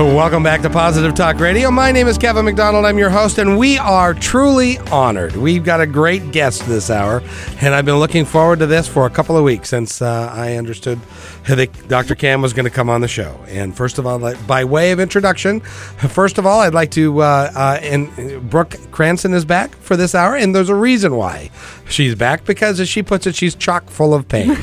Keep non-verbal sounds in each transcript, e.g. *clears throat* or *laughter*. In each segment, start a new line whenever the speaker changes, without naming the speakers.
Welcome back to Positive Talk Radio. My name is Kevin McDonald. I'm your host, and we are truly honored. We've got a great guest this hour, and I've been looking forward to this for a couple of weeks since uh, I understood that Dr. Cam was going to come on the show. And first of all, like, by way of introduction, first of all, I'd like to, uh, uh, and Brooke Cranston is back for this hour, and there's a reason why she's back because, as she puts it, she's chock full of pain.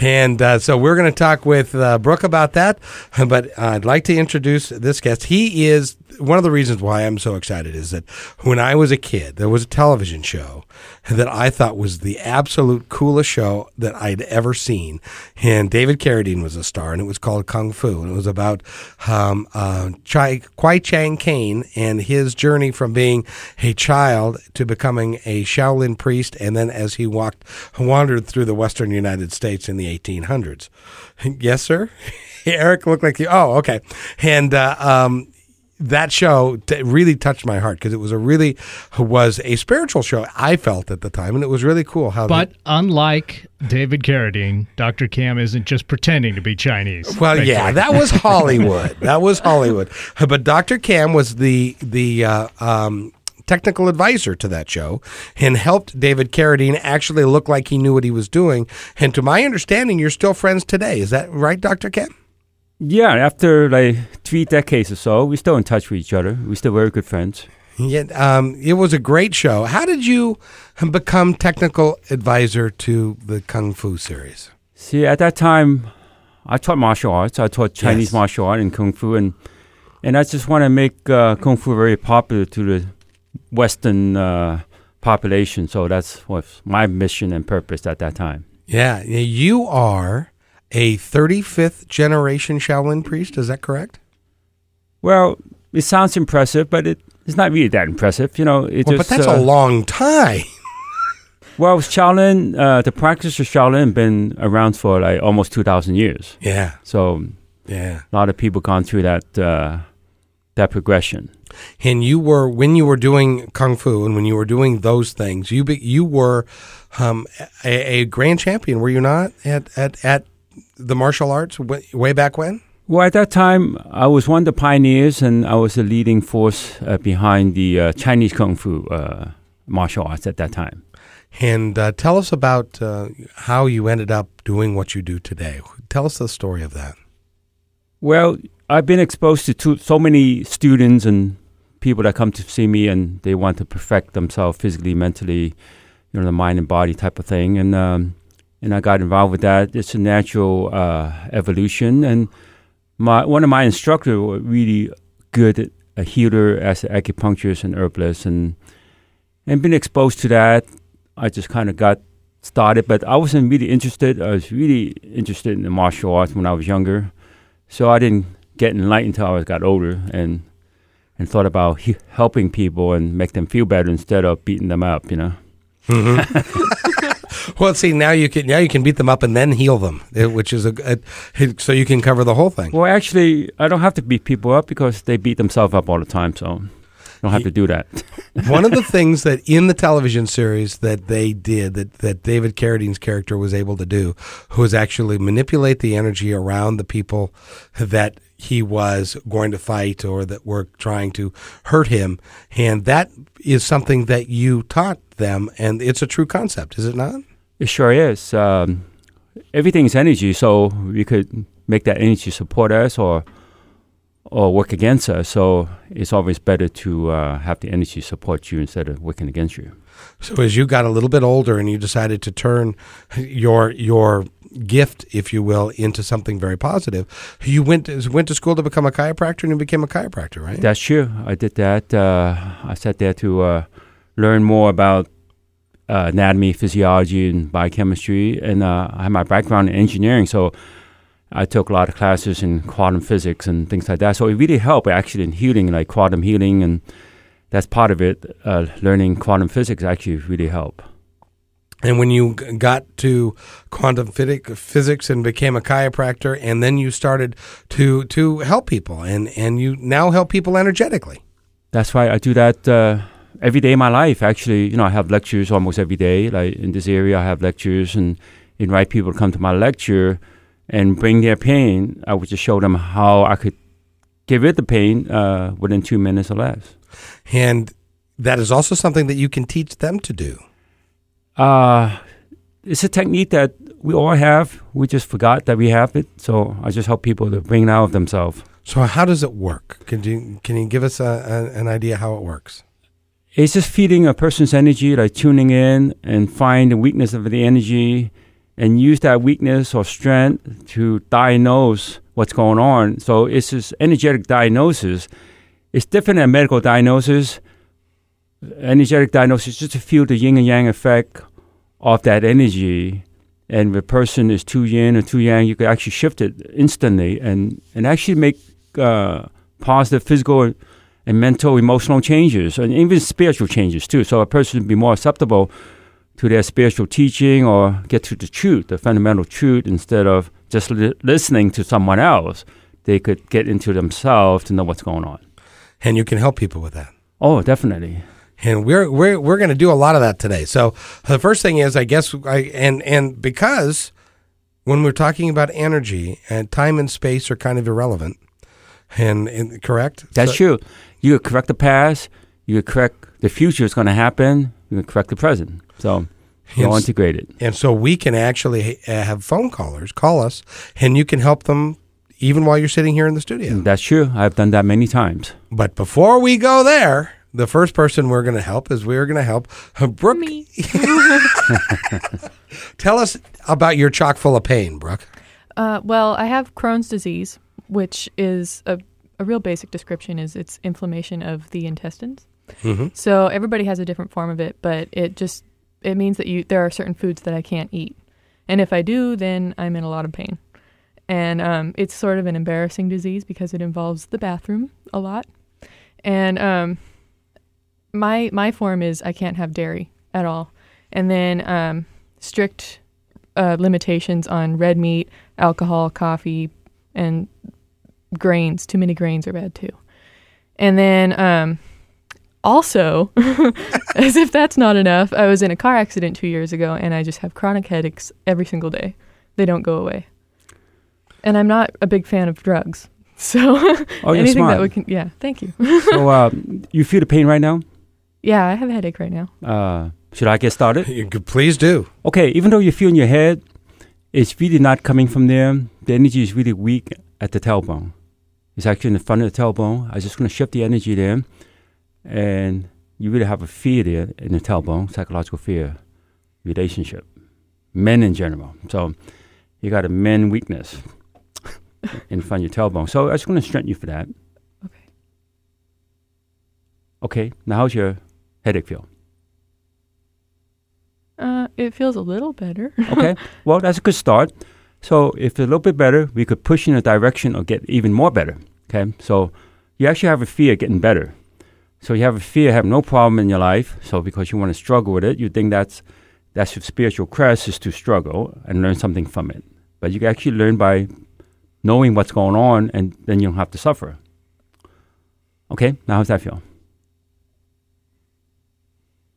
And uh, so we're going to talk with uh, Brooke about that. *laughs* But I'd like to introduce this guest. He is one of the reasons why I'm so excited is that when I was a kid, there was a television show that I thought was the absolute coolest show that I'd ever seen. And David Carradine was a star, and it was called Kung Fu. And it was about um, uh, Chai, Kwai Chang Kane and his journey from being a child to becoming a Shaolin priest, and then as he walked, wandered through the Western United States in the 1800s. *laughs* yes, sir? *laughs* Eric looked like you. Oh, okay. And uh, um, that show t- really touched my heart because it was a really was a spiritual show I felt at the time, and it was really cool how.
But unlike David Carradine, Dr. Cam isn't just pretending to be Chinese.
the, well, yeah,
*laughs*
that was Hollywood. that was Hollywood. But Dr. Cam was the the. Uh, um, Technical advisor to that show and helped David Carradine actually look like he knew what he was doing. And to my understanding, you're still friends today. Is that right, Dr. Cam?
Yeah, after like three decades or so, we're still in touch with each other. We're still very good friends.
Yeah, um, it was a great show. How did you become technical advisor to the Kung Fu series?
See, at that time, I taught martial arts. I taught Chinese
Yes.
martial art and kung fu, and and I just want to make uh, kung fu very popular to the Western uh, population. So that's what my mission and purpose at that time.
Yeah, you are a 35th generation Shaolin priest. Is that correct?
Well, it sounds impressive, but it, it's not really that impressive. You know, it
Well,
just
but that's
uh,
a long time.
Well, Shaolin, uh, the practice of Shaolin been around for like almost two thousand years.
Yeah,
So
yeah.
a lot of people gone through that uh, that progression.
And you were when you were doing kung fu and when you were doing those things, you be, you were um, a, a grand champion, were you not? At at at the martial arts way, way back when?
Well, at that time, I was one of the pioneers, and I was the leading force uh, behind the uh, Chinese kung fu uh, martial arts at that time.
And uh, tell us about uh, how you ended up doing what you do today. Tell us the story of that.
Well, I've been exposed to too, so many students and people that come to see me, and they want to perfect themselves physically, mentally, you know, the mind and body type of thing. And um, and I got involved with that. It's a natural uh, evolution. And my one of my instructors were really good a healer as an acupuncturist and herbalist, and and been exposed to that. I just kind of got started, but I wasn't really interested. I was really interested in the martial arts when I was younger. So I didn't get enlightened until I got older and and thought about he- helping people and make them feel better instead of beating them up, you know.
*laughs* Well, see, now you can now you can beat them up and then heal them, eh, which is a, a so you can cover the whole thing.
Well, actually, I don't have to beat people up because they beat themselves up all the time, so I don't have to do that.
One of the things that in the television series that they did that, that David Carradine's character was able to do was actually manipulate the energy around the people that he was going to fight or that were trying to hurt him, and that is something that you taught them, and it's a true concept, is it not?
It sure is. Um, everything's energy, so we could make that energy support us or or work against us. So it's always better to uh, have the energy support you instead of working against you.
So as you got a little bit older and you decided to turn your your gift, if you will, into something very positive, you went to, went to school to become a chiropractor and you became a chiropractor, right?
That's true. I did that. Uh, I sat there to uh, learn more about uh, anatomy, physiology, and biochemistry. And uh, I had my background in engineering, so I took a lot of classes in quantum physics and things like that. So it really helped actually in healing, like quantum healing, and that's part of it. Uh, learning quantum physics actually really helped.
And when you g- got to quantum phytic- physics and became a chiropractor, and then you started to to help people, and and you now help people energetically.
That's why I do that uh, every day of my life. Actually, you know, I have lectures almost every day. Like in this area, I have lectures and invite people to come to my lecture and bring their pain. I would just show them how I could give it the pain uh, within two minutes or less.
And that is also something that you can teach them to do.
Uh, it's a technique that we all have. We just forgot that we have it. So I just help people to bring it out of themselves.
So how does it work? Can you can you give us a, a, an idea how it works?
It's just feeding a person's energy, like tuning in and find the weakness of the energy and use that weakness or strength to diagnose what's going on. So it's this energetic diagnosis. It's different than medical diagnosis. Energetic diagnosis is just to feel the yin and yang effect of that energy. And if a person is too yin or too yang, you can actually shift it instantly and, and actually make uh, positive physical and mental, emotional changes, and even spiritual changes too. So a person would be more acceptable to their spiritual teaching or get to the truth, the fundamental truth, instead of just li- listening to someone else. They could get into themselves to know what's going on.
And you can help people with that.
Oh, definitely.
and we're we're we're going to do a lot of that today. So the first thing is, I guess, I, and and because when we're talking about energy and time and space are kind of irrelevant, and, and correct,
That's
So-
true. You could correct the past. You could correct the future is going to happen. You could correct the present. So you're all
Yes.
integrated.
And so we can actually uh, have phone callers call us, and you can help them even while you're sitting here in the studio.
That's true. I've done that many times.
But before we go there, the first person we're going to help is we're going to help uh, Brooke. Tell us about your chock full of pain, Brooke.
Uh, well, I have Crohn's disease, which is a, a real basic description is it's inflammation of the intestines.
Mhm.
So everybody has a different form of it, but it just it means that you there are certain foods that I can't eat, and if I do, then I'm in a lot of pain. And um, it's sort of an embarrassing disease because it involves the bathroom a lot, and um, my my form is I can't have dairy at all, and then um, strict uh, limitations on red meat, alcohol, coffee, and grains. Too many grains are bad too. And then um, also, *laughs* as if that's not enough, I was in a car accident two years ago, and I just have chronic headaches every single day. They don't go away. And I'm not a big fan of drugs, *laughs* so
Oh, you're
*laughs* anything
smart.
that would con- yeah, thank you.
*laughs* so uh, you feel the pain right now?
*laughs* Yeah, I have a headache right now.
Uh, should I get started?
You could- please do.
Okay, even though you feel in your head, it's really not coming from there. The energy is really weak at the tailbone. It's actually in the front of the tailbone. I was just going to shift the energy there, and you really have a fear there in the tailbone, psychological fear, relationship, men in general. So you got a men weakness in front of your tailbone. So I just going to strengthen you for that.
Okay.
Okay, now how's your headache feel?
Uh, it feels a little better. *laughs*
Okay. well, that's a good start. So if it's a little bit better, we could push in a direction or get even more better. Okay. So you actually have a fear of getting better. So you have a fear, have no problem in your life. So because you want to struggle with it, you think that's that's your spiritual quest is to struggle and learn something from it. But you can actually learn by knowing what's going on, and then you don't have to suffer. Okay. Now how's that feel?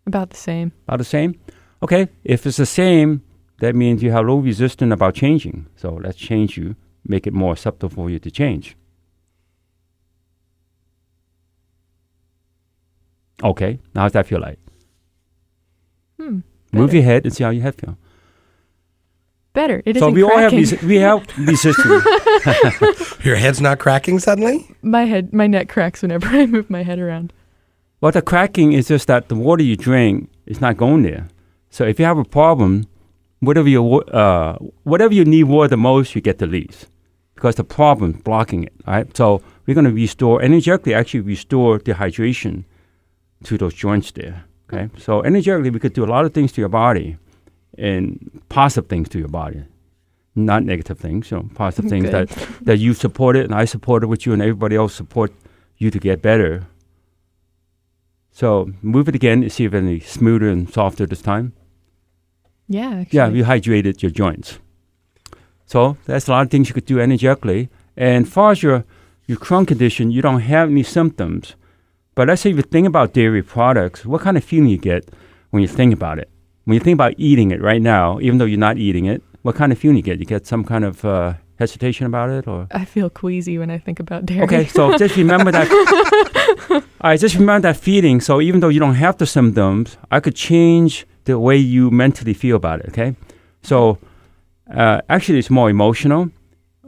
About the same.
About the same? Okay, if it's the same, that means you have low resistance about changing. So let's change you, make it more acceptable for you to change. Okay, now how's that feel like?
Hmm.
Move
Better.
your head and see how your head feel.
Better. It
so
isn't
we all have
cracking.
resi- we have resistance.
Your head's not cracking suddenly.
*laughs* my head my neck cracks whenever *laughs* I move my head around.
Well, the cracking is just that the water you drink is not going there. So if you have a problem, whatever you wa- uh, whatever you need water the most, you get the least because the problem's blocking it. All right. So we're going to restore energetically. Actually, restore the hydration to those joints there. Okay. So energetically, we could do a lot of things to your body and positive things to your body. not negative things, you know, positive things that
Good.
that you support it and I support it with you and everybody else support you to get better. So move it again and see if any smoother and softer this time.
Yeah, actually.
Yeah, you hydrated your joints. So that's a lot of things you could do energetically. And far as your your Crohn condition, you don't have any symptoms. But let's say if you think about dairy products, what kind of feeling you get when you think about it? When you think about eating it right now, even though you're not eating it, what kind of feeling you get? You get some kind of uh, hesitation about it, or
I feel queasy when I think about dairy.
Okay, so just remember that. I just remember that feeling. So even though you don't have the symptoms, I could change the way you mentally feel about it. Okay, so uh, actually, it's more emotional.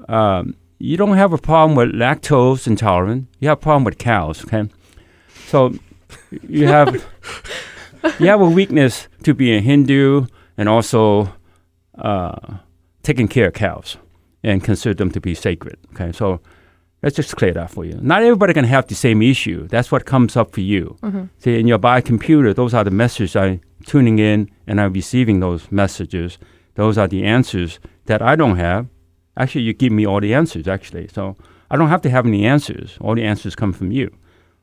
Um, you don't have a problem with lactose intolerant. You have a problem with cows. Okay, so you have you have a weakness to being Hindu and also uh, taking care of cows and consider them to be sacred. Okay, so Let's just clear that for you. Not everybody can have the same issue. That's what comes up for you.
Mhm.
See, in your body computer, those are the messages I'm tuning in and I'm receiving those messages. Those are the answers that I don't have. Actually, you give me all the answers, actually. So I don't have to have any answers. All the answers come from you.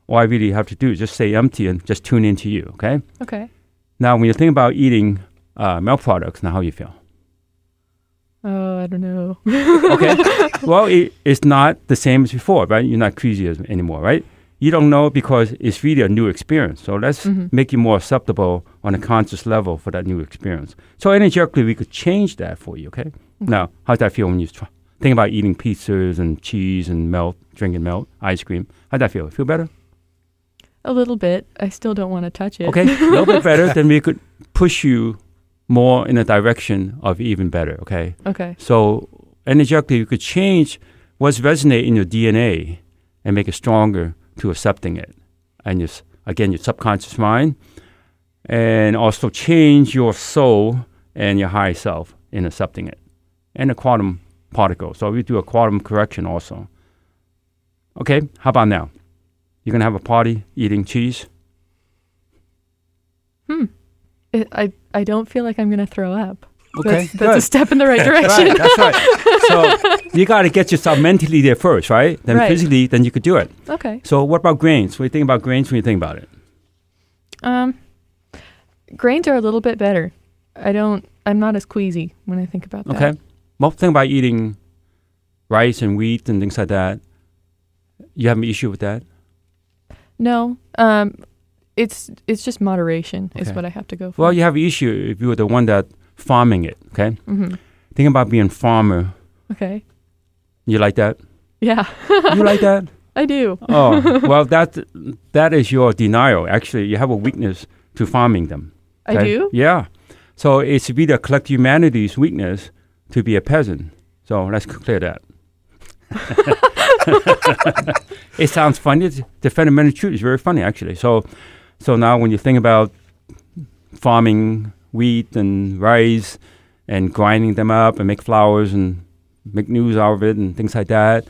All I really have to do is just stay empty and just tune into you, okay?
*laughs* Okay.
Now, when you think about eating uh, milk products, now how you feel?
Oh, I don't know.
okay. Well, it, it's not the same as before, right? You're not queasy as, anymore, right? You don't know because it's really a new experience. So let's
Mhm.
make you more acceptable on a conscious level for that new experience. So energetically, we could change that for you, okay? Now, how's that feel when you try, think about eating pizzas and cheese and milk, drinking milk, ice cream? How'd that feel? Feel better?
A little bit. I still don't want to touch it.
Okay, a little bit better. Then we could push you more in a direction of even better, okay?
*laughs* Okay.
So energetically, you could change what's resonating in your DNA and make it stronger to accepting it. And your, s- again, your subconscious mind, and also change your soul and your higher self in accepting it. And a quantum particle. So we do a quantum correction also. Okay, how about now? You're going to have a party eating cheese?
Hmm. It, I I don't feel like I'm gonna throw up.
Okay,
That's, that's a
good.
step in the right direction.
Right, *laughs* that's right. so you got to get yourself mentally there first, right? Then
Right.
physically, then you could do it.
Okay.
So what about grains? What do you think about grains when you think about it?
Um, grains are a little bit better. I don't. I'm not as queasy when I think about that.
Okay. Well, think about eating rice and wheat and things like that. You have an issue with that?
No. Um, it's it's just moderation is
Okay.
what I have to go for.
Well, you have an issue if you were the one that farming it, okay?
hmm
Think about being farmer.
Okay.
You like that?
Yeah,
You like that?
I do.
Oh, well, that that is your denial. Actually, you have a weakness to farming them.
I
okay?
do.
Yeah. So it's really a collective humanity's weakness to be a peasant. So let's clear that. *laughs* it sounds funny. It's- The fundamental truth is very funny, actually. So, so now when you think about farming wheat and rice and grinding them up and make flours and make news out of it and things like that,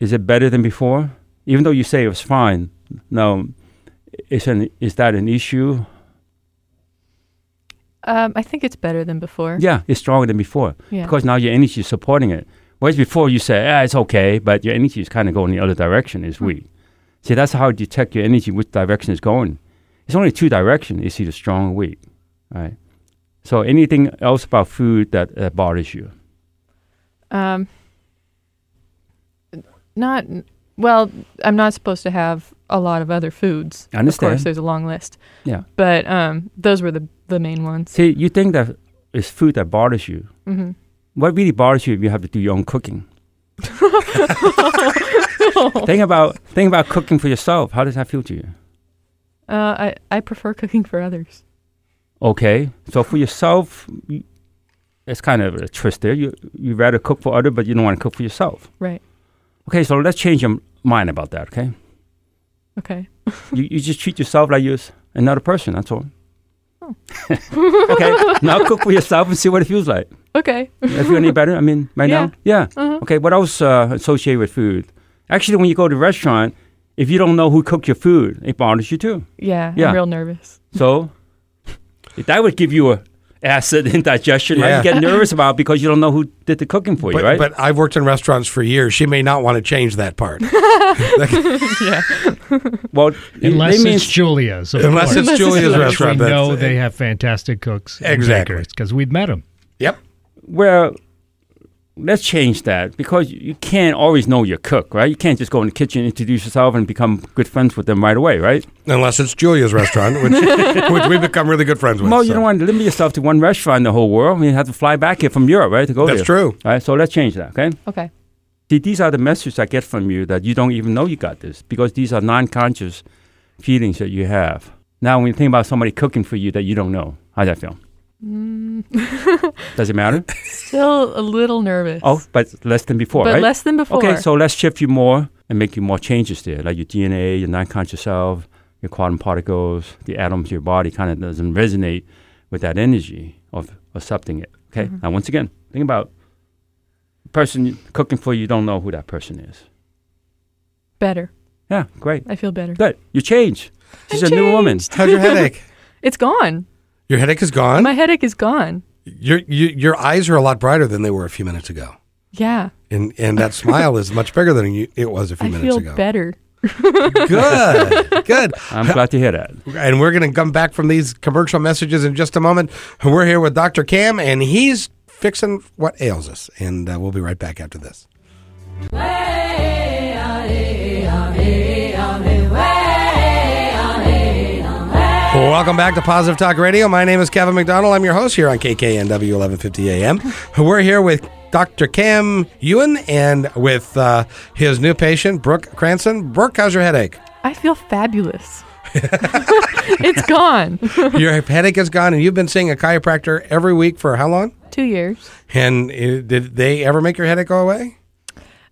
is it better than before? Even though you say it's fine, no, is an is that an issue?
Um, I think it's better than before.
Yeah, it's stronger than before
Yeah.
because now your energy is supporting it. Whereas before you say, ah, it's okay, but your energy is kind of going the other direction, it's
Hmm.
weak. See, that's how you detect your energy, which direction it's going. It's only two directions, it's either strong or weak. All right. So anything else about food that uh, bothers you?
Um, not well. I'm not supposed to have a lot of other foods.
I understand.
Of course, there's a long list.
Yeah.
But um, those were the the main ones.
See, you think that it's food that bothers you.
hmm
*laughs* What really bothers you if you have to do your own cooking?
Oh.
think about think about cooking for yourself. How does that feel to you?
*laughs* Uh, I I prefer cooking for others.
Okay, so for yourself, y- it's kind of a twist there. You you rather cook for other, but you don't want to cook for yourself.
Right.
Okay, so let's change your m- mind about that. Okay,
*laughs* Okay.
you you just treat yourself like you're s- another person. That's all.
Oh.
*laughs*
*laughs*
okay, now cook for yourself and see what it feels like.
Okay.
If you're any better, I mean, right
Yeah.
now, yeah.
Uh-huh.
Okay, what else uh, associated with food? Actually, when you go to a restaurant, if you don't know who cooked your food, it bothers you too.
Yeah,
Yeah.
I'm real nervous.
So that would give you a acid *laughs* indigestion, right?
Yeah.
You get nervous about it because you don't know who did the cooking for you,
But,
right?
but I've worked in restaurants for years. She may not want to change that part.
well,
Unless
they mean-
it's Julia's. Of
Unless
course.
it's
Unless
Julia's
it's Julia's.
Which we
restaurant. that's-
know they have fantastic cooks
Exactly.
because we've met them.
*laughs* Yep.
Well, let's change that because you can't always know your cook, right? You can't just go in the kitchen, introduce yourself, and become good friends with them right away, right?
Unless it's Julia's restaurant, which, which we've become really good friends with.
well, you
so.
don't want to limit yourself to one restaurant in the whole world. You have to fly back here from Europe, right, to go
That's
there.
true.
All right, so let's change that, okay?
Okay.
See, these are the messages I get from you that you don't even know you got this because these are non-conscious feelings that you have. Now, when you think about somebody cooking for you that you don't know, how does that feel? does it
*laughs*
matter?
Mm, Still a little nervous.
Oh, but less than before,
but
right?
less than before.
Okay, so let's shift you more and make you more changes there, like your DNA, your non-conscious self, your quantum particles, the atoms of your body kind of doesn't resonate with that energy of accepting it. Okay,
Mm-hmm.
now once again, think about the person cooking for you. Don't know who that person is.
better.
Yeah, great,
I feel better.
good. You change. She's a new woman.
How's your headache?
*laughs* It's gone.
*laughs* Your headache is gone.
My headache is gone.
your, you, your eyes are a lot brighter than they were a few minutes ago.
Yeah.
And, and that smile is much bigger than you, it was a few
I
minutes
feel
ago.
better.
Good, good.
I'm glad to hear that.
And we're going to come back from these commercial messages in just a moment. We're here with Dr. Cam, and he's fixing what ails us. And uh, we'll be right back after this. Welcome back to Positive Talk Radio. My name is Kevin McDonald. I'm your host here on KKNW 1150 AM. We're here with Dr. Cam Ewan and with uh, his new patient, Brooke Cranston. Brooke, how's your headache?
I feel fabulous. *laughs* it's gone.
Your headache is gone, and you've been seeing a chiropractor every week for how long?
*laughs* Two years.
And uh, did they ever make your headache go away?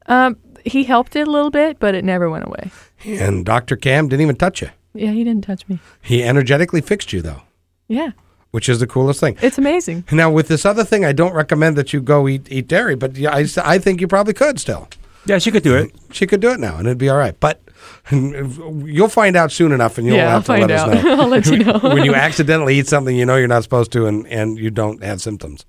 Um, he helped it a little bit, but it never went away.
And Dr. Cam didn't even touch you.
Yeah, he didn't touch me.
He energetically fixed you, though,
Yeah,
which is the coolest thing.
it's amazing.
Now, with this other thing, I don't recommend that you go eat, eat dairy, but yeah, I, s- I think you probably could still.
Yeah, she could do it.
She could do it now, and it'd be all right. But *laughs* you'll find out soon enough, and you'll
yeah, I'll
have to
find
let
out.
us know.
*laughs* I'll let you know.
when you accidentally eat something you know you're not supposed to and, and you don't have symptoms.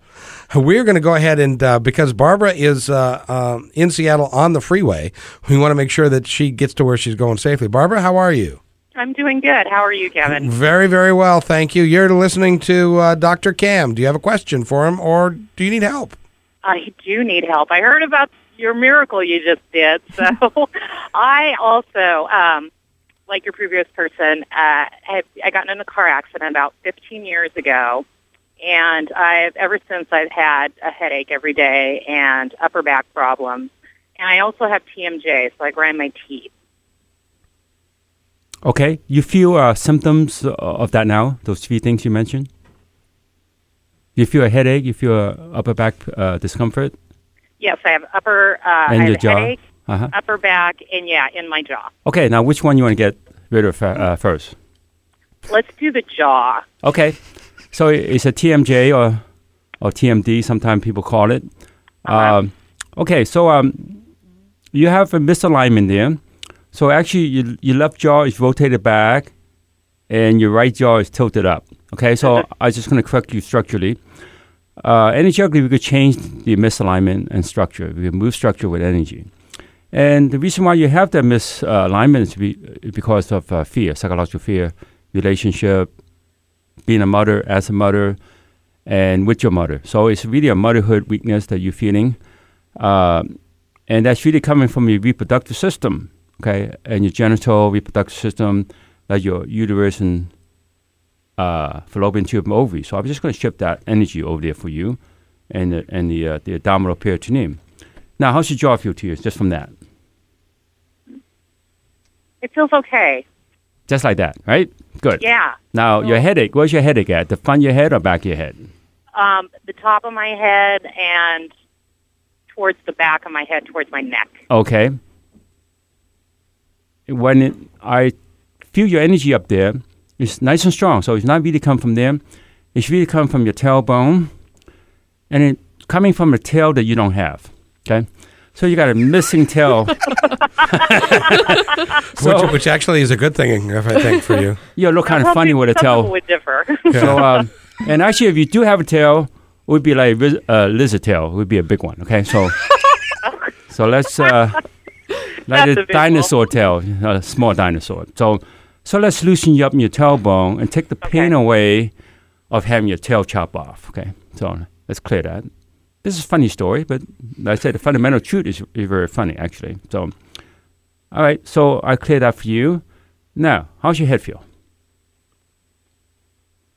We're going to go ahead and uh, because Barbara is uh, um, in Seattle on the freeway, we want to make sure that she gets to where she's going safely. Barbara, how are you?
I'm doing good. How are you, Kevin?
Very, very well. Thank you. You're listening to uh, Dr. Cam. Do you have a question for him or do you need help?
I do need help. I heard about your miracle you just
*laughs*
did. So I also, um, like your previous person, uh, I, I got in a car accident about 15 years ago. And I've ever since I've had a headache every day and upper back problems. And I also have TMJ, so I grind my teeth.
Okay, you feel uh, symptoms uh, of that now? Those three things you mentioned. You feel a headache. You feel uh, upper back uh, discomfort.
Yes, I have upper uh, I
And
have
your jaw?
headache,
Uh-huh.
upper back, and yeah, in my jaw.
Okay, now which one you want to get rid of uh, uh, first?
Let's do the jaw.
Okay, so it's a TMJ or or TMD. Sometimes people call it. Um, okay, so um, you have a misalignment there. So actually, your, your left jaw is rotated back, and your right jaw is tilted up. Okay, so I'm just going to correct you structurally. Uh, energetically, we could change the misalignment and structure. We could move structure with energy. And the reason why you have that misalignment is be, because of uh, fear, psychological fear, relationship, being a mother, as a mother, and with your mother. So it's really a motherhood weakness that you're feeling. Uh, and that's really coming from your reproductive system, okay? And your genital reproductive system, like your uterus and uh, fallopian tube and ovary. So I'm just going to shift that energy over there for you and the, and the, uh, the abdominal peritoneum. Now, how's your jaw feel to you just from that?
It feels okay.
Just like that, right? Good.
Yeah.
Now, your headache, where's your headache at? The front of your head or back of your head?
um, the top of my head and towards the back of my head, towards my neck.
Okay. When it, I feel your energy up there, it's nice and strong. So it's not really come from there. It's really come from your tailbone, and it coming from a tail that you don't have. Okay. So you got a missing tail. so
which, which actually is a good thing, if I think, for you.
you look kind
Now,
of funny
some
with a
people
tail.
would differ. *laughs*
*laughs* So um, and actually, if you do have a tail, it would be like vis- uh, lizard tail. It would be a big one. Okay,
*laughs*
so so let's uh, like
That's a
a
big one.
dinosaur tail, a small dinosaur. So so let's loosen you up in your tailbone and take the pain away of having your tail chopped off. Okay, so let's clear that. This is a funny story, but like I said the fundamental truth is, is very funny actually. So all right, so I cleared that for you. Now, how's your head feel?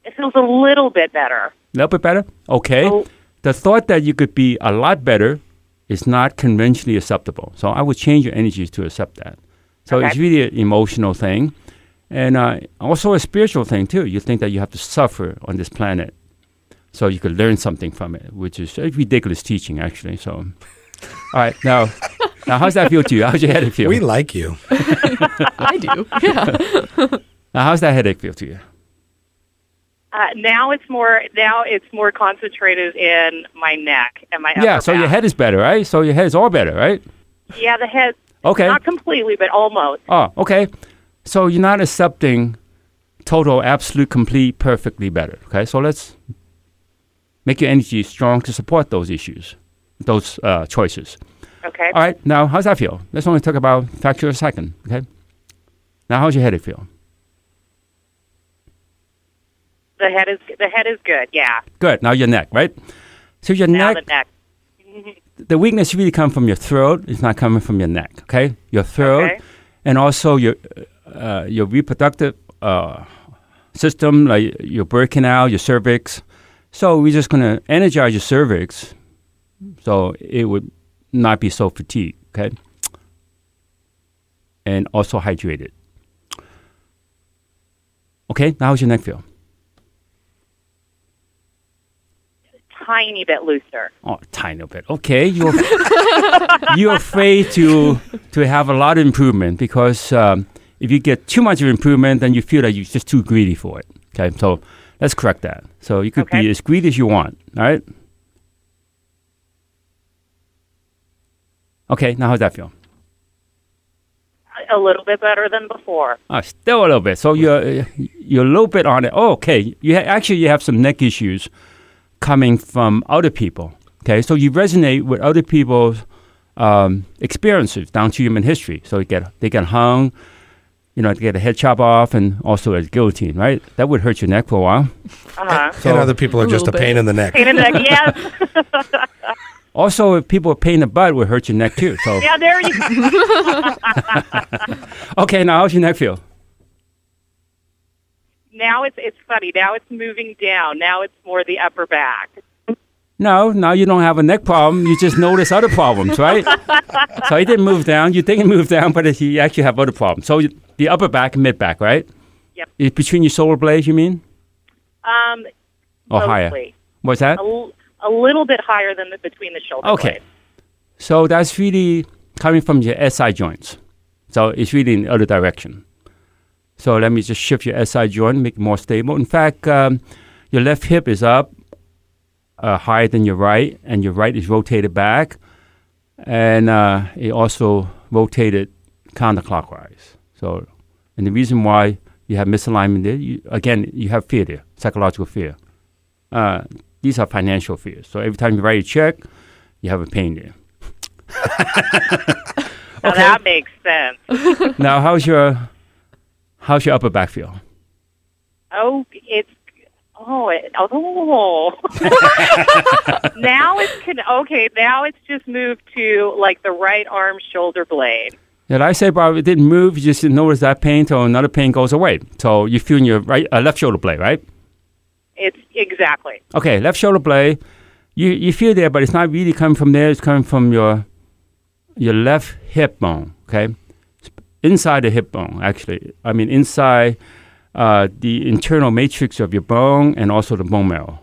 It feels a little bit
A
better.
little bit better? Okay.
Oh.
The thought that you could be a lot better is not conventionally acceptable. So I would change your energies to accept that. So it's
Okay.
really an emotional thing and uh, also a spiritual thing, too. You think that you have to suffer on this planet so you could learn something from it, which is a ridiculous teaching, actually. So, all right, now, now how's that feel to you? How's your headache feel?
*laughs* We like you.
I do. Yeah.
now, how's that headache feel to you?
Uh, now it's more now it's more concentrated in my neck and my
yeah,
upper
so
back.
your head is better, right? So your head is all better, right?
yeah the head
Okay.
not completely but almost
Oh, okay. So you're not accepting total, absolute, complete, perfectly better. Okay, so let's make your energy strong to support those issues, those uh, choices.
okay
All right, now how's that feel? Let's only talk about factor a second. Okay. Now how's your headache feel?
the head is the head is good yeah
Good. Now your neck, right? So your
now
neck,
the neck
the weakness really comes from your throat. It's not coming from your neck. Okay, your throat,
Okay.
and also your uh, your reproductive uh, system, like your birth canal, your cervix. So we're just gonna energize your cervix, so it would not be so fatigued. Okay, and also hydrated. Okay, now how's your neck feel?
tiny bit looser
Oh, tiny bit. Okay, you're *laughs* you're afraid to to have a lot of improvement because um, if you get too much of improvement, then you feel that you're just too greedy for it. Okay, so let's correct that. So you could
Okay.
be as greedy as you want. All right. Okay, now how's that feel?
a little bit better than before
Uh, still a little bit. So you're you're a little bit on it. Oh, okay. You ha- actually you have some neck issues coming from other people. Okay, so you resonate with other people's um, experiences down to human history. So you get they get hung, you know, they get a head chop off, and also a guillotine. Right, that would hurt your neck for a while.
uh-huh
and other people are
A
just a
little
pain
bit.
in the neck.
pain in the neck
*laughs*
yes
Also, if people are paying the butt, it would hurt your neck too. So
yeah there you go
okay, now how's your neck feel?
now it's it's funny now it's moving down now it's more the upper back
No, now you don't have a neck problem. You just notice other problems, right? so he didn't move down. You think it moved down, but he actually have other problems. So you- the upper back and mid back, right?
Yep.
Is between your solar blades, you mean?
um
Or higher?
mostly.
What's that?
a, l- a little bit higher than the between the shoulder
Okay.
blades.
So that's really coming from your SI joints. So it's really in the other direction. So let me just shift your SI joint, make it more stable. In fact, um, your left hip is up uh, higher than your right, and your right is rotated back, and uh, it also rotated counterclockwise. So, and the reason why you have misalignment there, you, again, you have fear there, psychological fear. Uh, these are financial fears. So every time you write a check, you have a pain there.
Now that makes sense.
Now, how's your how's your upper back feel?
Oh, it's oh, it, oh. *laughs* now it's con- okay. Now it's just moved to like the right arm shoulder blade.
Did I say, Bob? It didn't move. You just didn't notice that pain till another pain goes away. So you feel in your right uh, left shoulder blade, right?
It's exactly
Okay, left shoulder blade. You you feel there, but it's not really coming from there. It's coming from your your left hip bone. Okay, inside the hip bone, actually. I mean, inside uh, the internal matrix of your bone and also the bone marrow.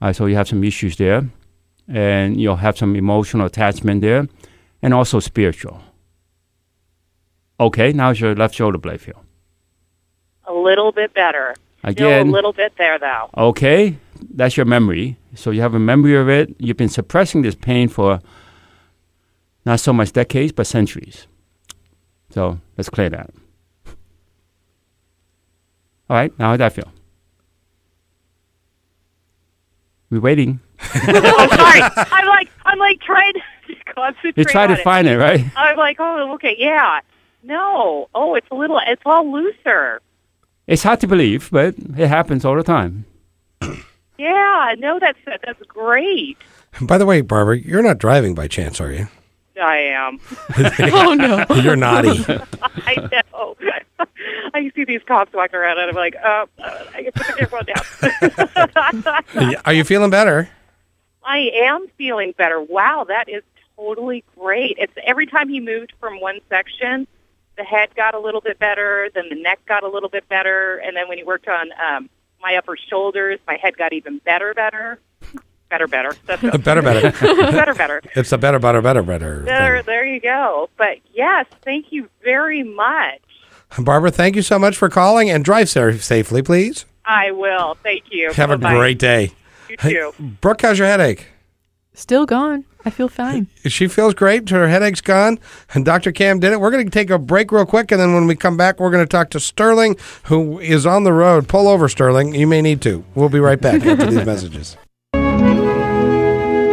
Uh, so you have some issues there, and you'll have some emotional attachment there, and also spiritual. Okay, now's your left shoulder blade feel
a little bit better.
again.
Still a little bit there
*laughs*
though.
Okay, that's your memory. So you have a memory of it. You've been suppressing this pain for not so much decades, but centuries. So let's clear that. All right, now how'd that feel? We're waiting.
oh, sorry. I'm like, I'm like trying to *laughs* just concentrate.
You try
on
to
it.
find it, right?
I'm like, oh, okay, yeah. No, oh, it's a little, it's all looser.
It's hard to believe, but it happens all the time.
Yeah, no, that's that's great.
By the way, Barbara, you're not driving by chance, are you?
I am.
*laughs* oh no.
*laughs* You're naughty.
I know. *laughs* I see these cops walking around, and I'm like, uh, uh, I can put the camera down.
are you feeling better?
*laughs* I am feeling better. Wow, that is totally great. It's every time he moved from one section, the head got a little bit better, then the neck got a little bit better, and then when he worked on um, my upper shoulders, my head got even better, better, better, better. That's it.
Uh, Better, *laughs* better.
*laughs* better, better.
It's a better, better, better, better.
There, there you go. But yes, thank you very much.
thing. Barbara, thank you so much for calling and drive sa- safely, please.
I will. Thank you.
Have a
Bye-bye.
great day.
You too.
Brooke, how's your headache?
Still gone. I feel fine.
She feels great. Her headache's gone. And Dr. Cam did it. We're going to take a break real quick. And then when we come back, we're going to talk to Sterling, who is on the road. Pull over, Sterling. You may need to. We'll be right back after these messages.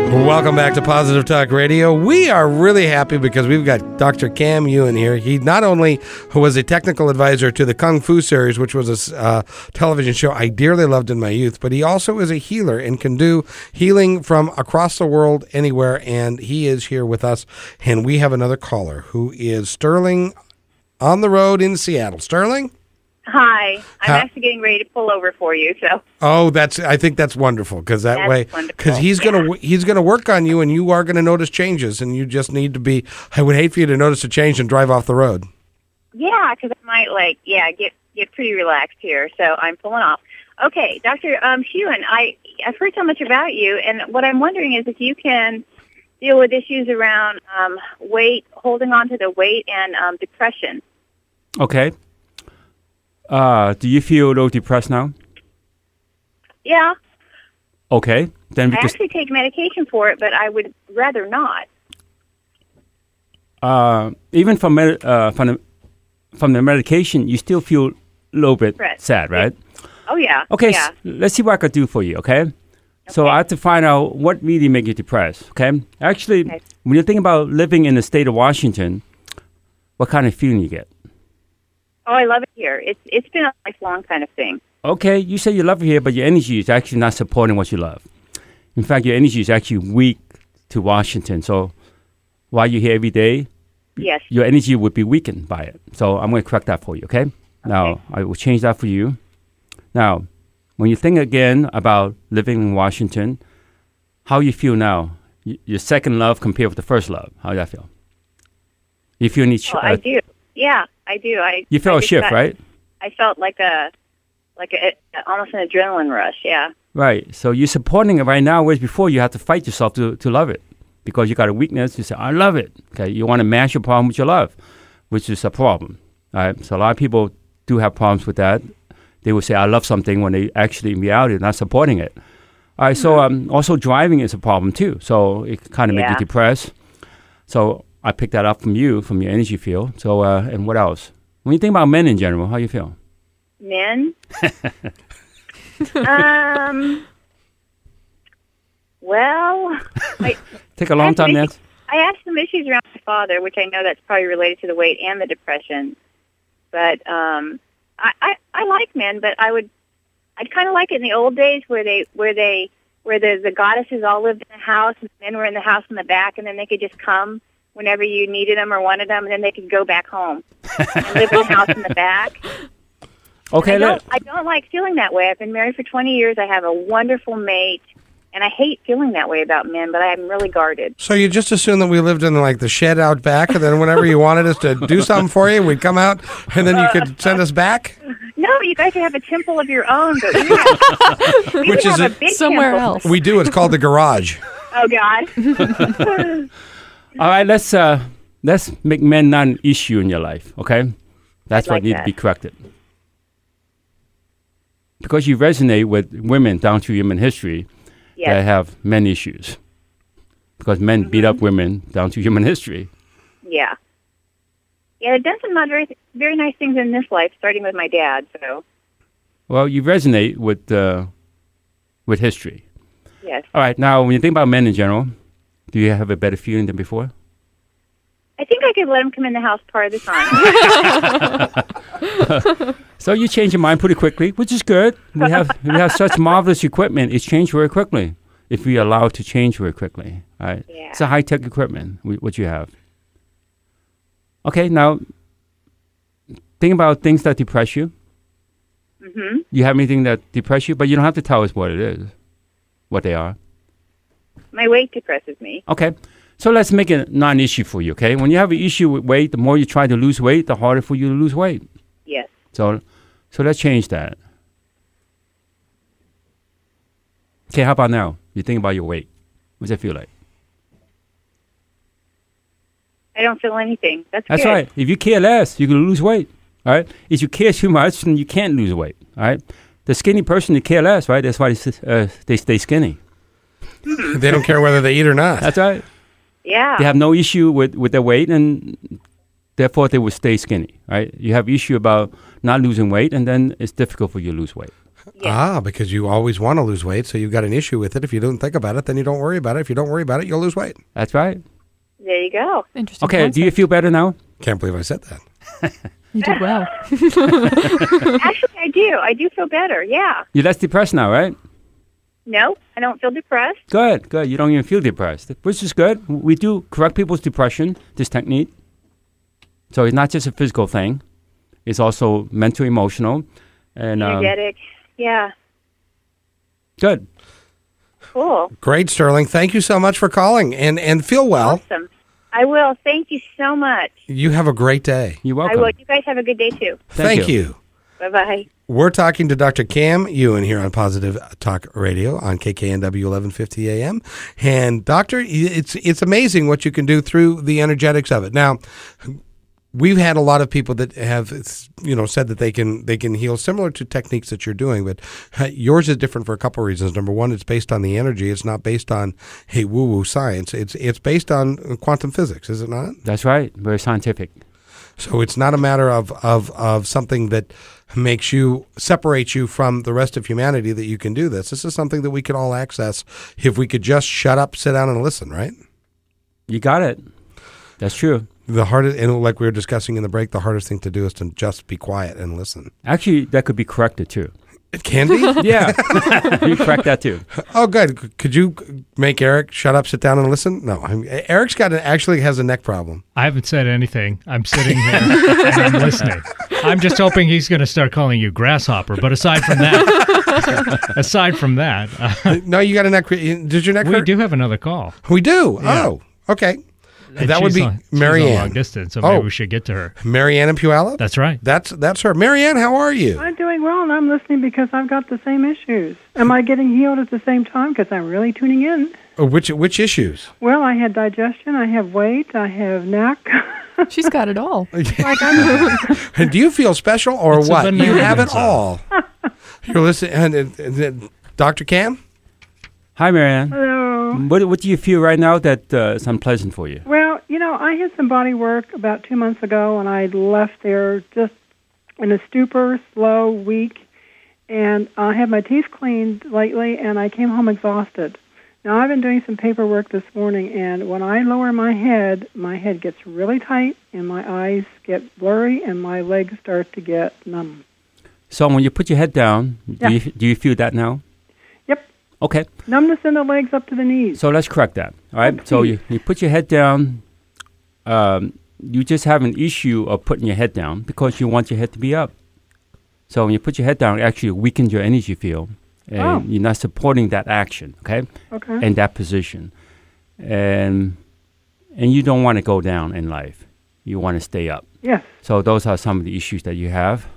Welcome back to Positive Talk Radio. We are really happy because we've got Dr. Cam Ewan here. He not only was a technical advisor to the Kung Fu series, which was a s- uh, television show I dearly loved in my youth, but he also is a healer and can do healing from across the world, anywhere. And he is here with us. And we have another caller who is Sterling on the road in Seattle. Sterling?
Hi. I'm
Hi.
actually getting ready to pull over for you. So
Oh, that's. I think that's wonderful because that
That's
way,
wonderful,
because he's gonna he's gonna work on you, and you are gonna notice changes, and you just need to be. I would hate for you to notice a change and drive off the road.
yeah, 'cause I might like yeah get get pretty relaxed here. So I'm pulling off. Okay, Doctor um, Hewen, I I've heard so much about you, and what I'm wondering is if you can deal with issues around um, weight, holding on to the weight, and um, depression.
Okay. Uh, do you feel a little depressed now?
Yeah,
Okay. Then we
I
can.
actually take medication for it, but I would rather not.
Uh, even from med- uh, from the, from the medication, you still feel a little bit
Right.
sad, right?
Oh yeah.
Okay.
Yeah.
s- let's see what I could do for you. Okay? So I have to find out what really make you depressed. Okay. Actually,
Okay.
when you think about living in the state of Washington, what kind of feeling you get?
Oh, I love it here. It's it's been a lifelong kind of thing.
okay, you say you love it here, but your energy is actually not supporting what you love. In fact, your energy is actually weak to Washington. So while you're here every day,
Yes.
your energy would be weakened by it. So I'm going to correct that for you, okay? Now, I will change that for you. Now, when you think again about living in Washington, how you feel now? Y- Your second love compared with the first love, how does that feel? You feel any ch-
Well, I
uh,
do. Yeah, I do. I
you feel
I
a
just
shift,
got-
right?
I felt like a like a, almost an adrenaline rush. Yeah.
Right. So you're supporting it right now, whereas before you had to fight yourself to, to love it because you got a weakness. You say, I love it. Okay. You want to mash your problem with your love, which is a problem. All right. So a lot of people do have problems with that. They will say, I love something when they actually, in reality, are not supporting it. All right. So um, also driving is a problem too. So it kind of make
Mm-hmm. Yeah.
you depressed. So I picked that up from you, from your energy field. So, uh, and what else? When you think about men in general, how you feel? *laughs*
Men. um. Well,
Take a long time,
Actually,
Nancy.
I have some issues around my father, which I know that's probably related to the weight and the depression. But um, I, I I like men, but I would I'd kind of like it in the old days where they where they where the the goddesses all lived in the house and the men were in the house in the back, and then they could just come whenever you needed them or wanted them, and then they could go back home and live in the house in the back.
Okay.
I
Let,
don't, I don't like feeling that way. I've been married for 20 years. I have a wonderful mate, and I hate feeling that way about men, but I'm really guarded.
So you just assumed that we lived in like the shed out back, and then whenever you wanted us to do something for you, we'd come out, and then you could send us back.
No, you guys should have a temple of your own, but we have, we
Which
have
is
a,
a-
big
Somewhere
temple.
else.
We do. It's called the garage.
Oh God,
All right, let's uh, let's make men not an issue in your life. Okay, that's
I'd
what
like
needs to
that.
be corrected. Because you resonate with women down through human history that
yes, Mm-hmm.
have men issues. Because men beat up women down through human *laughs* history.
yeah, yeah. I've done some not very very nice things in this life, starting with my dad. So
Well, you resonate with uh, with history.
Yes.
All right. Now, when you think about men in general, do you have a better feeling than before?
I think I could let him come in the house part of the time.
So you change your mind pretty quickly, which is good. We have we have such marvelous equipment. It's changed very quickly. If we allow it to change very quickly, right?
Yeah.
It's a high tech equipment. We, what you have. Okay, now think about things that depress you.
hmm
You have anything that depress you, but you don't have to tell us what it is, what they are.
My weight depresses me.
Okay. So let's make it non-issue for you. Okay. When you have an issue with weight, the more you try to lose weight, the harder for you to lose weight.
Yes.
So, so let's change that. Okay, how about now? You think about your weight. What does it feel like?
I don't feel anything. That's,
That's
good.
right. If you care less, you can lose weight. All right. If you care too much, then you can't lose weight. All right. The skinny person, they care less, right? That's why they, s- uh, they stay skinny.
They don't care whether they eat or not.
That's right.
Yeah.
They have no issue with, with their weight, and therefore they will stay skinny. Right. You have issue about not losing weight, and then it's difficult for you to lose weight.
Ah, because you always want to lose weight, so you've got an issue with it. If you don't think about it, then you don't worry about it. If you don't worry about it, you'll lose weight.
That's right.
There you go.
Interesting.
Okay. Do you feel better now?
Can't believe I said that.
You did *laughs* well.
Actually, I do. I do feel better. Yeah.
You're less depressed now, right?
No, I don't feel depressed.
Good, good. You don't even feel depressed, which is good. We do correct people's depression, this technique. So it's not just a physical thing, it's also mental, emotional. And um,
Energetic. Yeah.
good.
Cool.
Great, Sterling. Thank you so much for calling and, and feel well.
Awesome. I will. Thank you so much.
You have a great day.
You're
I
welcome.
will. You guys have a good day too.
Thank
Thank you.
you.
Bye bye.
We're talking to Dr. Cam Ewan here on Positive Talk Radio on KKNW 1150 AM. And doctor, it's it's amazing what you can do through the energetics of it. Now, we've had a lot of people that have you know said that they can they can heal similar to techniques that you're doing but uh, yours is different for a couple of reasons number one it's based on the energy it's not based on hey woo woo science it's it's based on quantum physics is it not
That's right. Very scientific.
so it's not a matter of of of something that makes you separates you from the rest of humanity that you can do this this is something that we can all access if we could just shut up sit down and listen right
You got it. That's true.
the hardest and like we were discussing in the break the hardest thing to do is to just be quiet and listen
Actually, that could be corrected too.
it can
*laughs*
be
Yeah. *laughs* you correct that too.
Oh, good. C- Could you g- make Eric shut up, sit down, and listen? No, I'm, Eric's got an, actually has a neck problem.
I haven't said anything. I'm sitting here and
*laughs*
I'm listening. I'm just hoping he's going to start calling you grasshopper. But aside from that, *laughs* aside from that,
*laughs*
uh,
no, you got a neck. Did your neck
we
hurt?
do have another call.
We do. Oh, okay.
And
that would
she's
be
on- she's on long
Marianne.
distance, so maybe
Oh.
we should get to her.
Marianne and Puyallup.
That's right.
That's that's her. Marianne, how are you?
I'm doing well, and I'm listening because I've got the same issues. Am I getting healed at the same time? Because I'm really tuning in.
Uh, Which which issues? *laughs*
Well, I had digestion, I have weight, I have neck.
She's got it all.
do you feel special or
It's a
what? You
banana
have it
inside.
all.
*laughs*
You're listening, and, and, and, and Dr. Cam.
Hi, Marianne.
*laughs* so,
What, what do you feel right now that uh, is unpleasant for you?
well, you know, I had some body work about two months ago, and I left there just in a stupor, slow, weak, and I had my teeth cleaned lately, and I came home exhausted. Now I've been doing some paperwork this morning, and when I lower my head, my head gets really tight, and my eyes get blurry, and my legs start to get numb.
So when you put your head down,
Yeah.
do, you, do you feel that now?
Yep.
Okay.
Numbness in the legs up to the knees.
So let's correct that. All right. So you, you put your head down. Um, you just have an issue of putting your head down because you want your head to be up. So when you put your head down, it actually weakens your energy field, and
Oh. Mm-hmm.
you're not supporting that action. Okay.
Okay.
And that position, and and you don't want to go down in life. You want to stay up.
yes.
So those are some of the issues that you have.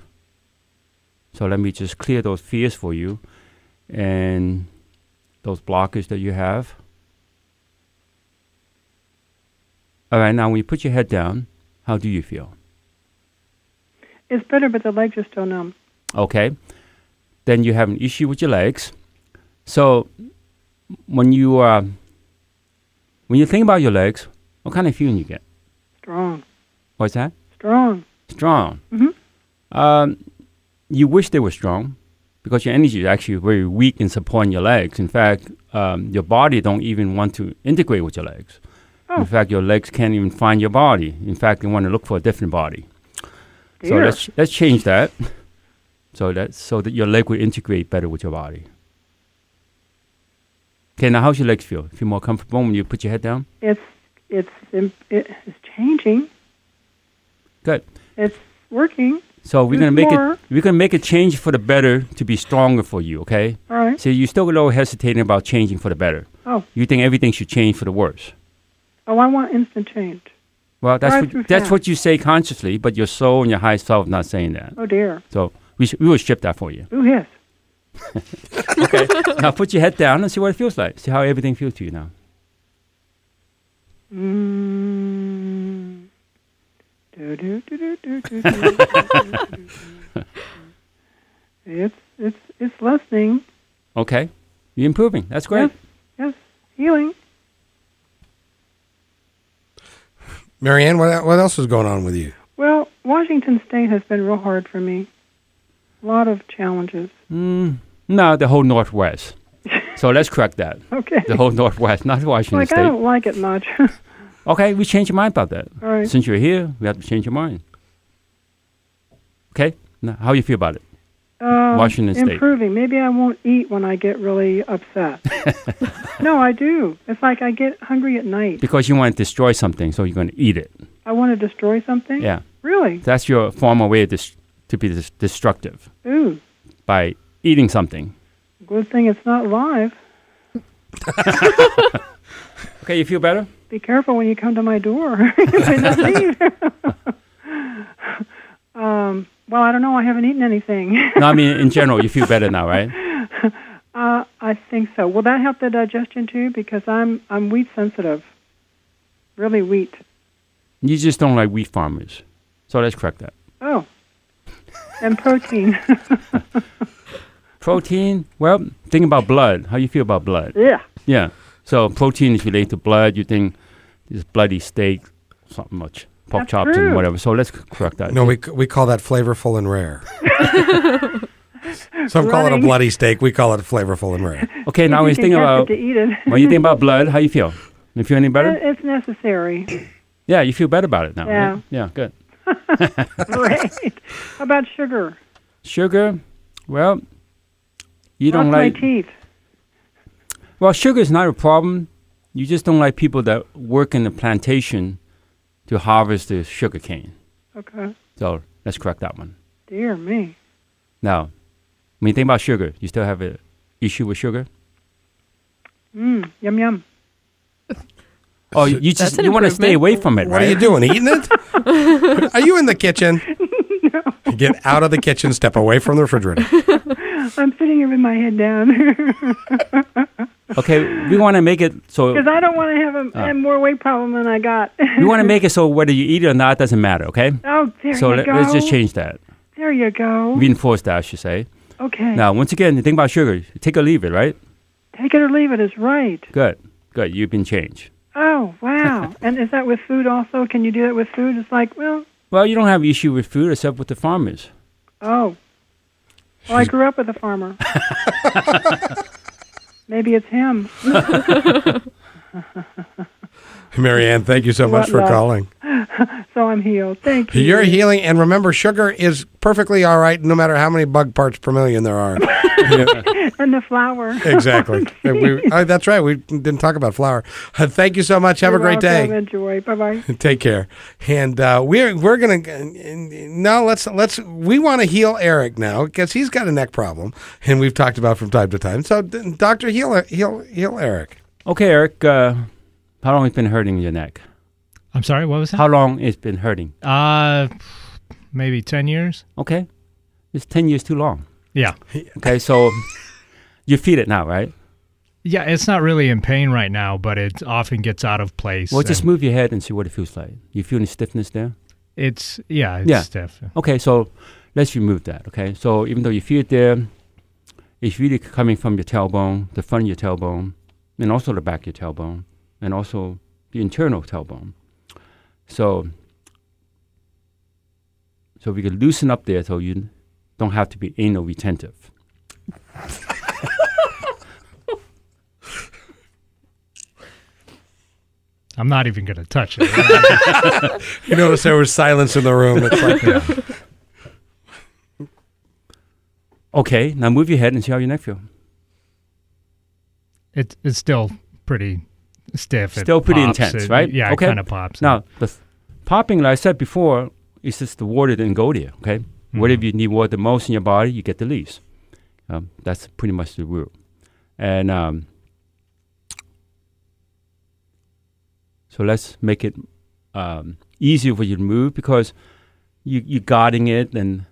So let me just clear those fears for you and those blockers that you have. All right, now when you put your head down, how do you feel?
It's better, but the legs are still numb.
Okay. Then you have an issue with your legs. So when you uh, when you think about your legs, what kind of feeling you get?
Strong.
What's that?
Strong.
strong.
Mhm.
Um, you wish they were strong because your energy is actually very weak in supporting your legs. In fact, um, your body don't even want to integrate with your legs.
Oh.
In fact, your legs can't even find your body. In fact, they want to look for a different body. So
Dear.
let's let's change that. *laughs* So that so that your leg will integrate better with your body. Okay, now how's your legs feel? Feel more comfortable when you put your head down?
It's it's im- it- it's changing.
Good.
It's working.
So we're
There's
gonna make
more.
it we're gonna make a change for the better to be stronger for you, okay?
All right.
So you're still a little hesitating about changing for the better.
Hmm? Oh,
You think everything should change for the worse.
oh, I want instant change.
Well,
Right
that's
through
what, that's
fact.
what you say consciously, but your soul and your high self not saying that.
Oh dear.
So we sh- we will ship that
*coughs*
for you.
Ooh yes.
Okay. now put your head down and see what it feels like. See how everything feels to you now.
Mm. *laughs* Do, do, do, do, do, do, do, do, do, do, do. It's it's it's listening.
Okay. You're improving. That's great.
Yes, healing.
Marianne, what, what else is going on with you?
Well, Washington State has been real hard for me. A lot of challenges.
Mm, no, the whole Northwest. so let's correct that.
Okay.
The
*laughs*
whole Northwest, not Washington
like I
State.
don't like it much. *laughs*
Okay, we change your mind about that.
All right.
Since you're here, we have to change your mind. Okay? Now, how you feel about it?
Um,
Washington State.
Improving. Maybe I won't eat when I get really
*laughs*
upset. no, I do. It's like I get hungry at night.
Because you want to destroy something, so you're going to eat it.
I want to destroy something.
Yeah.
Really?
That's your formal way of dis- to be dis- destructive
Ooh.
by eating something.
Good thing it's not live.
Okay, you feel better?
Be careful when you come to my door. *laughs* You
*laughs*
may not leave. *laughs* um, well, I don't know. I haven't eaten anything. *laughs*
No, I mean, in general, you feel better now, right?
uh, I think so. Will that help the digestion too? Because I'm I'm wheat sensitive. Really wheat.
You just don't like wheat farmers. So let's correct that.
Oh. And protein.
Protein, well, think about blood. How *laughs* you feel about blood?
yeah.
Yeah. So protein is related to blood. You think this bloody steak, something much, pork
That's
chops
true.
and whatever. So let's c- correct that.
No, we, c- we call that flavorful and
*laughs*
rare. Some call it a
Running.
bloody steak. We call it flavorful and rare.
okay, now we
you
think
can have
about
to eat Uh, it.
when you think
*laughs*
about blood, how you feel? You feel any better?
It's
*laughs*
necessary.
Yeah, you feel better about it now. right? Yeah,
Yeah.
good.
Great. How about sugar?
Sugar, well, you don't
Lost
like.
my teeth.
Well, sugar is not a problem. You just don't like people that work in the plantation to harvest the sugar cane.
Okay.
So let's correct that one.
Dear me.
Now, when you think about sugar, you still have an issue with sugar?
Mm, yum yum.
Oh, you you just
an
you want to stay
improvement.
away from it,
What
right?
are you doing? Eating it?
*laughs*
are you in the kitchen? Get out of the kitchen. Step away from the
*laughs*
refrigerator.
I'm sitting here with my head down
*laughs*
*laughs*
Oh. Okay, we want to make it so
because I don't want to have a, have more weight problem than I got.
we
*laughs*
want to Ah. make it so whether you eat it or not doesn't matter. Okay,
oh, there
so
you
let,
go.
us just change that,
There you go.
reinforce that, I should say.
okay.
Now, once again, you think about sugar. Take or leave it, right?
Take it or leave it is right.
Good, good. You've been changed.
Oh
*laughs*
wow. and is that with food also? Can you do that with food? It's like well,
Well, you don't have issue with food except with the farmers.
oh. Well, I grew up with
*laughs*
a farmer. Maybe it's him.
Marianne, thank you so much
What
for
love.
calling.
So I'm healed. Thank you.
You're healing, and remember, sugar is perfectly all right, no matter how many bug parts per million there *laughs* are.
and the flower.
exactly. And *laughs* we- oh, that's right. We didn't talk about flour. Uh, thank you so much. Have a
You're
great day.
welcome. Enjoy. Bye bye.
Take care. And uh, we're we're gonna no. Let's let's we want to heal Eric now because he's got a neck problem, and we've talked about from time to time. So, Doctor, heal heal heal Eric.
Okay, Eric, uh, how long has been hurting your neck?
I'm sorry, what was that?
How long it's been hurting?
Uh, maybe 10 years?
Okay, it's ten years too long.
Yeah.
Okay, so you feel it now, right?
Yeah, it's not really in pain right now, but it often gets out of place.
Well, just
and
move your head and see what it feels like. You feel any stiffness there?
it's, yeah, it's
Yeah.
stiff.
Okay, so let's remove that. Okay, so even though you feel it there, it's really coming from your tailbone, the front of your tailbone, and also the back of your tailbone, and also the internal tailbone. So, so we can loosen up there, so you don't have to be anal retentive.
I'm not even going to touch it.
*laughs*
You notice there was silence in the room. It's *laughs* like,
Okay, now move your head and see how your neck feels.
it, it's still pretty stiff. It
Still pretty
pops.
intense,
It-
right?
Yeah,
Okay.
it kind of pops.
Now, the th- popping, like I said before, is just the water didn't go there, okay? Whatever you need water the most in your body, you get the least. Um, that's pretty much the rule. And um, so let's make it um, easier for you to move because you, you're guarding it and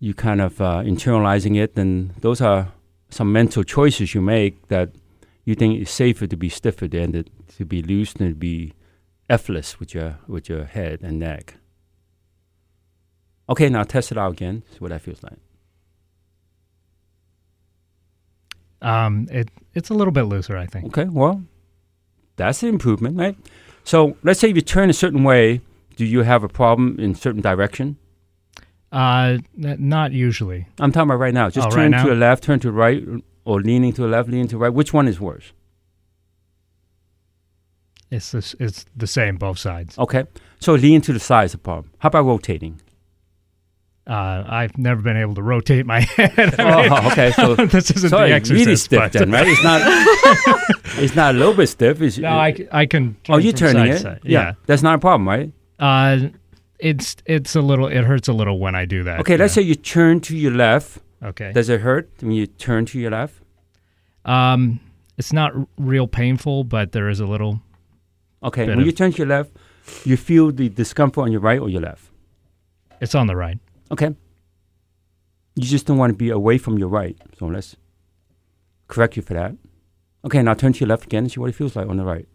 you kind of uh, internalizing it. And those are some mental choices you make that you think it's safer to be stiffer than to, to be loose than to be effortless with your with your head and neck. Okay, now test it out again. See what that feels like.
um, it it's a little bit looser, I think.
Okay, well, that's an improvement, right? So let's say if you turn a certain way, do you have a problem in certain direction?
Uh, n- not usually.
I'm talking about right now. Just
Oh, right
turn
now?
to the left, turn to the right, or leaning to the left, leaning to the right. Which one is worse?
It's this, it's the same both sides.
Okay, so leaning to the side is a problem. How
*laughs*
about rotating?
Uh, I've never been able to rotate my *laughs* head.
oh, okay, so
*laughs* this isn't
so
the
it's really
exercise.
stiff then, right? It's not. it's not a little bit stiff. It's,
*laughs* No, I, c- I can. Turn
oh, you're
from
turning
side to
it.
side.
yeah, that's not a problem, right?
Uh, it's it's a little. It hurts a little when I do that.
Okay, let's say you turn to your left.
Okay.
Does it hurt when you turn to your left?
Um, it's not r- real painful, but there is a little.
Okay,
Bit
when
of-
you turn to your left, you feel the discomfort on your right or your left.
It's on the right.
Okay. You just don't want to be away from your right, so let's correct you for that. Okay, now turn to your left again and see what it feels like on the right.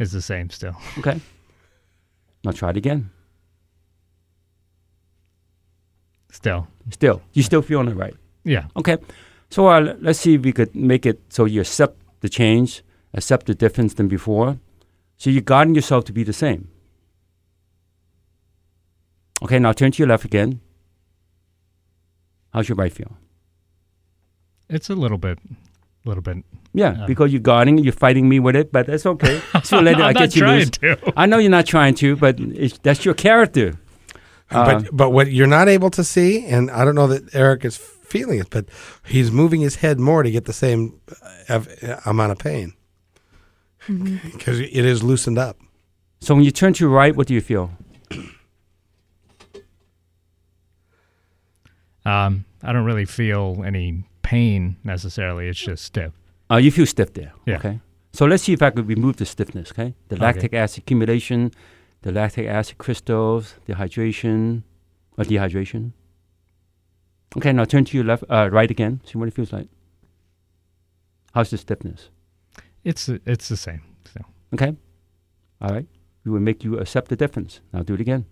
It's the same still. *laughs*
Okay. Now try it again.
Still.
Still, you still feel on the right.
Yeah.
Okay. So uh, l- let's see if we could make it so you accept the change, accept the difference than before. So you're guiding yourself to be the same. Okay, now turn to your left again. How's your right feel?
It's a little bit. A little bit.
Yeah,
Uh.
because you're guarding, you're fighting me with it, but
*laughs*
that's okay. *laughs* So
I'm
later I
not
get you
trying
loose.
to.
I know you're not trying to, but it's, that's your character. Uh,
but but what you're not able to see, and I don't know that Eric is feeling it, but he's moving his head more to get the same uh, ev- amount of pain *laughs* because it is loosened up.
So when you turn to your right, what do you feel?
*laughs* Um, I don't really feel any pain necessarily. It's just stiff.
Uh, you feel stiff there.
Yeah.
Okay. So let's see if I could remove the stiffness. Okay. The
Okay.
lactic acid accumulation, the lactic acid crystals, the hydration, or dehydration. Okay. Now turn to your left, uh, right again. See what it feels like. How's the stiffness?
It's it's the same. So
Okay. All right. We will make you accept the difference. Now do it again.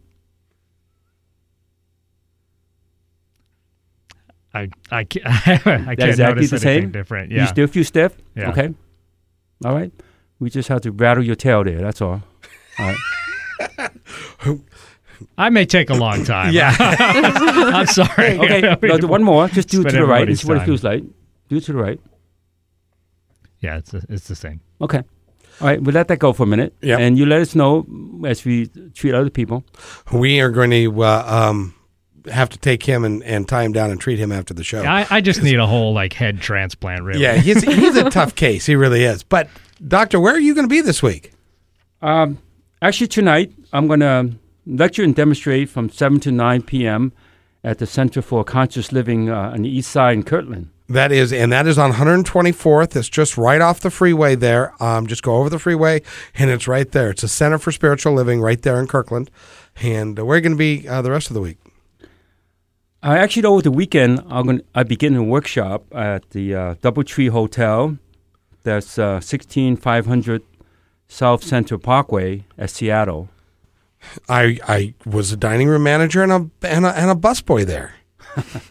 I *laughs* I can't, I can't
exactly
notice
the
anything
same?
different.
You
Yeah.
still feel stiff?
Yeah.
Okay. All right. We just have to rattle your tail there. That's all. All
*laughs*
right.
I may take a long time. yeah. *laughs* I'm sorry. *laughs*
Okay. now do one more. Just do it
Spend
to the right and
everybody's
see what it
time.
feels like. Do it to the right.
Yeah, it's it's the same.
Okay. All right, we let that go for a minute.
Yeah.
And you let us know mm, as we treat other people.
We are going to uh, um, have to take him and, and tie him down and treat him after the show.
I, I just need a whole like head transplant, really.
yeah, he's he's
*laughs*
a tough case. He really is. But doctor, where are you going to be this week?
Um, actually, tonight I'm going to lecture and demonstrate from 7 to 9 p.m. at the Center for Conscious Living uh, on the East Side in Kirtland.
That is, and that is on 124th. It's just right off the freeway there. Um, just go over the freeway, and it's right there. It's a Center for Spiritual Living right there in Kirkland. And uh, we're going to be uh, the rest of the week.
I actually, over the weekend, I'm going I begin a workshop at the uh, DoubleTree Hotel. That's uh, 16500 South Central Parkway at Seattle.
I I was a dining room manager and a and a, and a busboy
*laughs*
there. Not that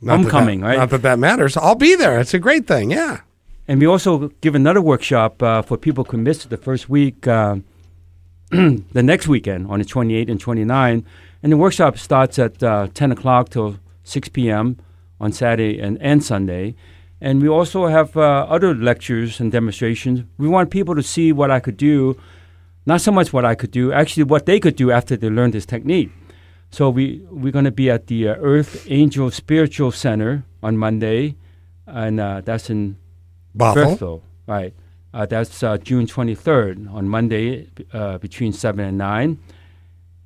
that-
Homecoming, right?
Not that that matters. I'll be there. It's a great thing. Yeah.
And we also give another workshop uh, for people who missed the first week, uh, *clears throat* the next weekend on the 28th and 29th. And the workshop starts at uh, 10 o'clock till 6 p.m. on Saturday and, and Sunday. And we also have uh, other lectures and demonstrations. We want people to see what I could do, not so much what I could do, actually what they could do after they learn this technique. So we we're going to be at the uh, Earth Angel Spiritual Center on Monday, and uh, that's in
Bothell.
Bristol, right? Uh, that's uh, June 23rd on Monday uh, between seven and nine,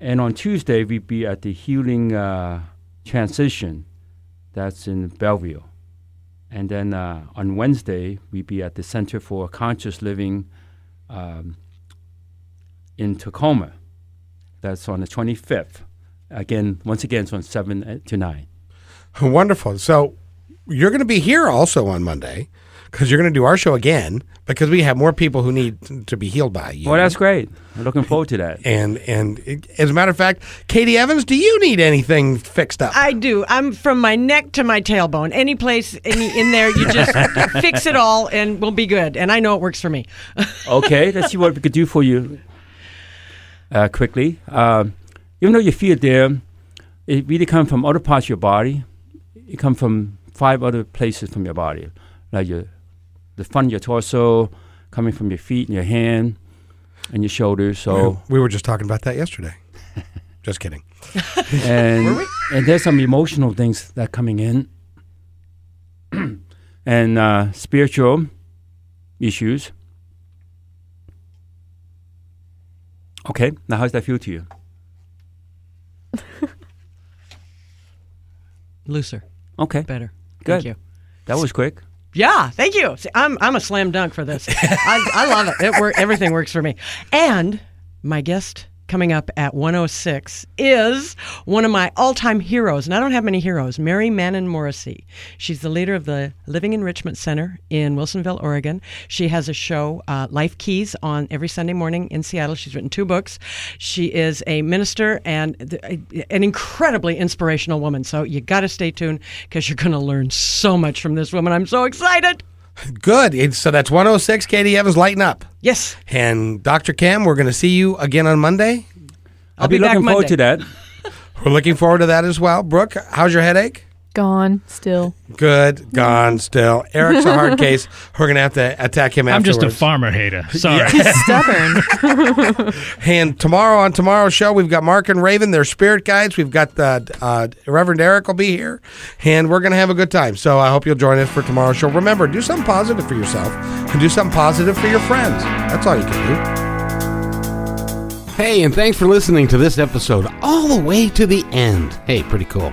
and on Tuesday we'd be at the Healing uh, Transition, that's in Bellevue, and then uh, on Wednesday we'd be at the Center for Conscious Living um, in Tacoma, that's on the 25th. Again, once again, it's on seven uh, to nine.
*laughs* Wonderful. So you're going to be here also on Monday because you're going to do our show again because we have more people who need to be healed by you.
Well, that's great. I'm looking forward to that.
and and it, as a matter of fact, Katie Evans, do you need anything fixed up?
I do. I'm from my neck to my tailbone. Any place any, in there, you just fix it all and we'll be good. And I know it works for me.
okay, let's see what we could do for you uh, quickly. Um, even though you feel there, it really comes from other parts of your body. It comes from five other places from your body, like your the front of your torso, coming from your feet and your hand and your shoulders. So
we were just talking about
*laughs*
that yesterday. just kidding.
and and there's some emotional things that coming in, *clears throat* and uh, spiritual issues. Okay, now how's that feel to you?
Looser,
Okay,
better.
Good.
Thank you.
that was quick.
Yeah, thank you. See, I'm I'm a slam dunk for this. I, I love it. it wor- everything works for me. And my guest coming up at 106 is one of my all-time heroes, and I don't have many heroes. Mary Manon Morrissey. She's the leader of the Living Enrichment Center in Wilsonville, Oregon. She has a show, uh, Life Keys, on every Sunday morning in Seattle. She's written two books. She is a minister and th- an incredibly inspirational woman. So you got to stay tuned because you're going to learn so much from this woman. I'm so excited.
Good. It's- So that's 106. Katie Evans, lighten up.
Yes,
And Dr. Cam, we're going to see you again on Monday.
I'll be, back
looking
Monday.
forward to that.
We're looking forward to that as well. Brooke, how's your headache?
Gone still.
Good, gone still. Eric's
*laughs*
a hard case. We're going to have to attack him
I'm
afterwards.
just a farmer
*laughs*
hater. Sorry.
Stubborn.
And tomorrow on tomorrow's show, we've got Mark and Raven, their spirit guides. We've got the uh, Reverend Eric will be here, and we're going to have a good time. So I hope you'll join us for tomorrow's show. Remember, do something positive for yourself and do something positive for your friends. That's all you can do.
Hey, and thanks for listening to this episode all the way to the end. Hey, pretty cool.